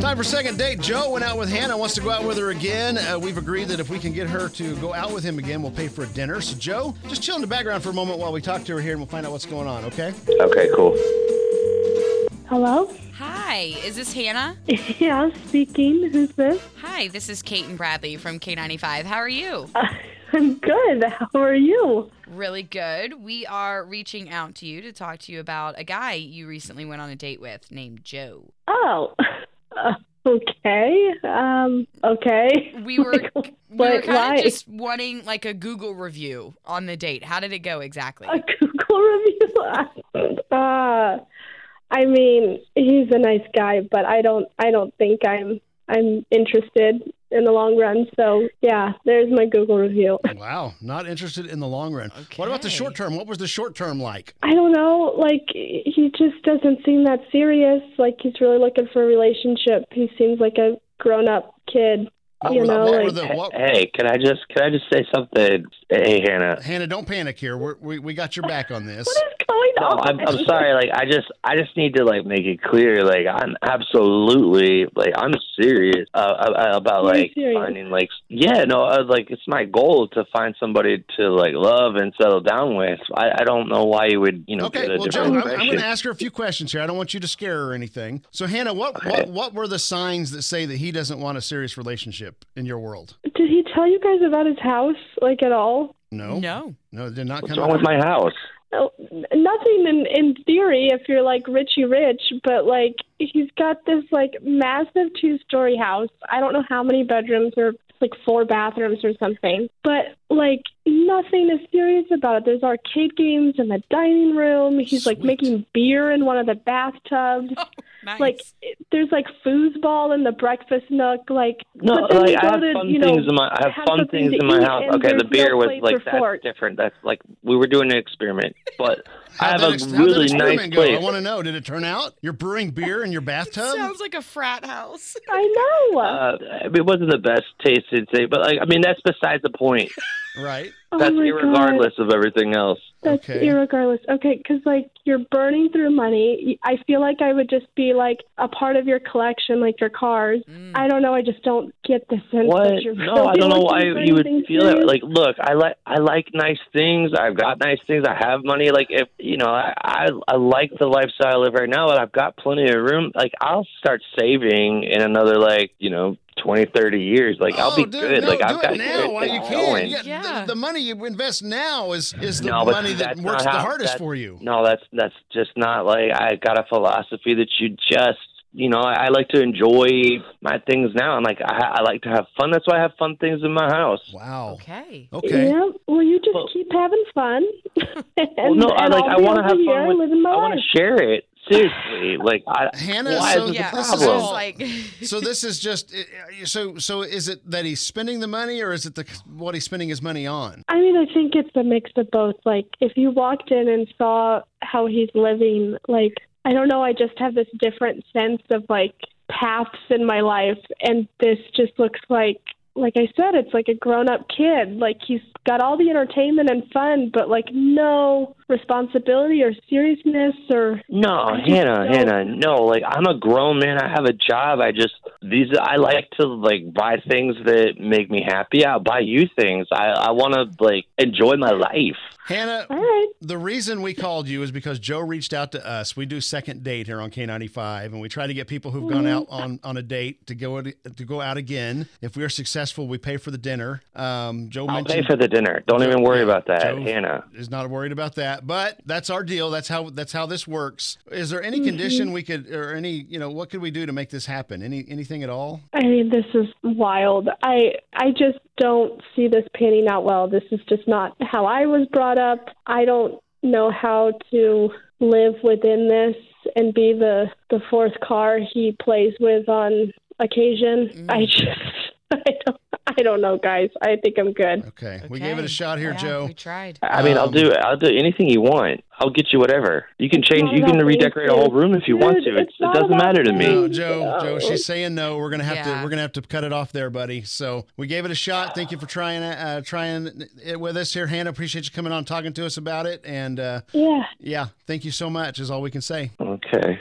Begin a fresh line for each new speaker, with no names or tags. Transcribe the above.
Time for second date. Joe went out with Hannah, wants to go out with her again. Uh, we've agreed that if we can get her to go out with him again, we'll pay for a dinner. So, Joe, just chill in the background for a moment while we talk to her here and we'll find out what's going on, okay?
Okay, cool.
Hello?
Hi, is this Hannah?
Yeah, speaking. Who's this?
Hi, this is Kate and Bradley from K95. How are you?
I'm good. How are you?
Really good. We are reaching out to you to talk to you about a guy you recently went on a date with named Joe.
Oh, uh, okay. Um, okay.
We were
Like,
we were
what-
kind
why?
of just wanting like a Google review on the date. How did it go exactly?
A Google review. uh, I mean, he's a nice guy, but I don't. I don't think I'm. I'm interested in the long run. So yeah, there's my Google review.
Wow, not interested in the long run. What about the
Okay.
short term? What was the short term like?
I don't know. Like he just doesn't seem that serious. Like he's really looking for a relationship. He seems like a grown-up kid.
What
you
were the-
know,
what were
like-
the- what-
Hey, can I just can I just say something? Hey, Hannah.
Hannah, don't panic here. We're, we we got your back on this.
What is going
No,
on?
I'm, I'm sorry. Like, I just, I just need to like make it clear. Like, I'm absolutely like, I'm serious uh, uh, about
You're
like
serious.
finding like, yeah, no, I, like it's my goal to find somebody to like love and settle down with. I, I don't know why you would, you know,
Okay,
get a
well, Joe,
different
I'm, I'm
impression.
going to ask her a few questions here. I don't want you to scare her or anything. So, Hannah, what, what what were the signs that say that he doesn't want a serious relationship in your world?
Did he tell you guys about his house, like at all?
No,
No.
no, it did not
What's
come.
wrong with
out.
my house?
Oh, n- nothing in in theory if you're like Richie Rich, but like he's got this like massive two story house. I don't know how many bedrooms or like four bathrooms or something, but like nothing is serious about it. There's arcade games in the dining room. He's like
Sweet.
making beer in one of the bathtubs.
Nice.
Like there's like foosball in the breakfast nook. Like
No,
but then
like
you
I
go
have
to,
fun
you know,
things in my, I
have
have fun
something
things
to
in my
eat
house.
and
Okay, the
there's
beer
no
was
plates or
like that's
forks.
different. That's like we were doing an experiment, but I
How'd
have
that
a
ex- how'd that
really
experiment
nice
go? I
place.
want to know. Did it turn out? You're brewing beer in your bathtub.
Sounds like a frat house.
I know.
Uh, it wasn't the best tasting thing, but like I mean, that's besides the point.
right.
oh
That's
my God.
irregardless of everything else.
That's
Okay.
irregardless. Okay, because like you're burning through money. I feel like I would just be like a part of your collection, like your cars.
Mm.
I don't know. I just don't get the sense
What?
that you're
No, I
really
don't know
looking
why
for
you would
anything
feel that.
serious.
Like, look, I like I like nice things. I've got nice things. I have money. Like, if you know, I I, I like the lifestyle I live right now, and I've got plenty of room. Like, I'll start saving in another like you know twenty thirty years. Like, I'll
oh,
be
dude,
good.
No,
like,
do
I've
it
got
now
good
while you
things
can.
going.
You got-
Yeah.
The, the money you invest now is is the
No, but
money that
that's
works the
not how-
hardest
that-
for you.
No, that's that's just not like I got a philosophy that you just you know I, I like to enjoy my things now. I'm like I, I like to have fun. That's why I have fun things in my house.
Wow. Okay.
Okay.
Yeah. Well, you just
Well-
keep having fun. and,
Well, no, I
and
like
I'll
I
be
want to
over
have
here
fun with.
living my
I
life.
want to share it seriously. Like I,
Hannah,
why
so
is this
yeah.
a
this is
problem?
all-
like
so this is just so so is it that he's spending the money or is it the what he's spending his money on
I mean, I think it's a mix of both. Like, if you walked in and saw how he's living, like, I don't know, I just have this different sense of like paths in my life, and this just looks like, like I said, it's like a grown-up kid. Like he's got all the entertainment and fun, but like no responsibility or seriousness or.
No,
I just
Hannah,
don't-
Hannah, no. Like I'm a grown man. I have a job. I just these. I like to like buy things that make me happy. I'll buy you things. I I want to like enjoy my life.
hannah
All right.
the reason we called you is because joe reached out to us we do second date here on k95 and we try to get people who've gone out on on a date to go to go out again if we are successful we pay for the dinner um joe
I'll pay
mentioned
for the dinner. Don't even worry
Yeah,
about that,
Joe
Hannah.
is not worried about that, but that's our deal. That's how that's how this works. Is there any condition we could or any you know what could we do to make this happen? Any anything at all?
I mean, this is wild. I I just don't see this panning out well. This is just not how I was brought up. I don't know how to live within this and be the the fourth car he plays with on occasion. I just I don't I don't know, guys. I think I'm good.
Okay, we gave it a
Okay.
shot here,
Yeah,
Joe.
We tried.
I mean, I'll
Um,
do I'll do anything you want. I'll get you whatever. You can
It's
change.
not
You can
about
redecorate a
things,
whole room if you
dude.
want to.
It's
It's, it
not
doesn't
about
matter to me.
No,
things.
Joe, Joe, she's saying no. We're gonna have to
Yeah.
we're gonna have to cut it off there, buddy. So we gave it a shot. Thank you for trying uh, trying it with us here, Hannah. Appreciate you coming on, talking to us about it, and uh,
Yeah.
yeah, thank you so much. Is all we can say.
Okay.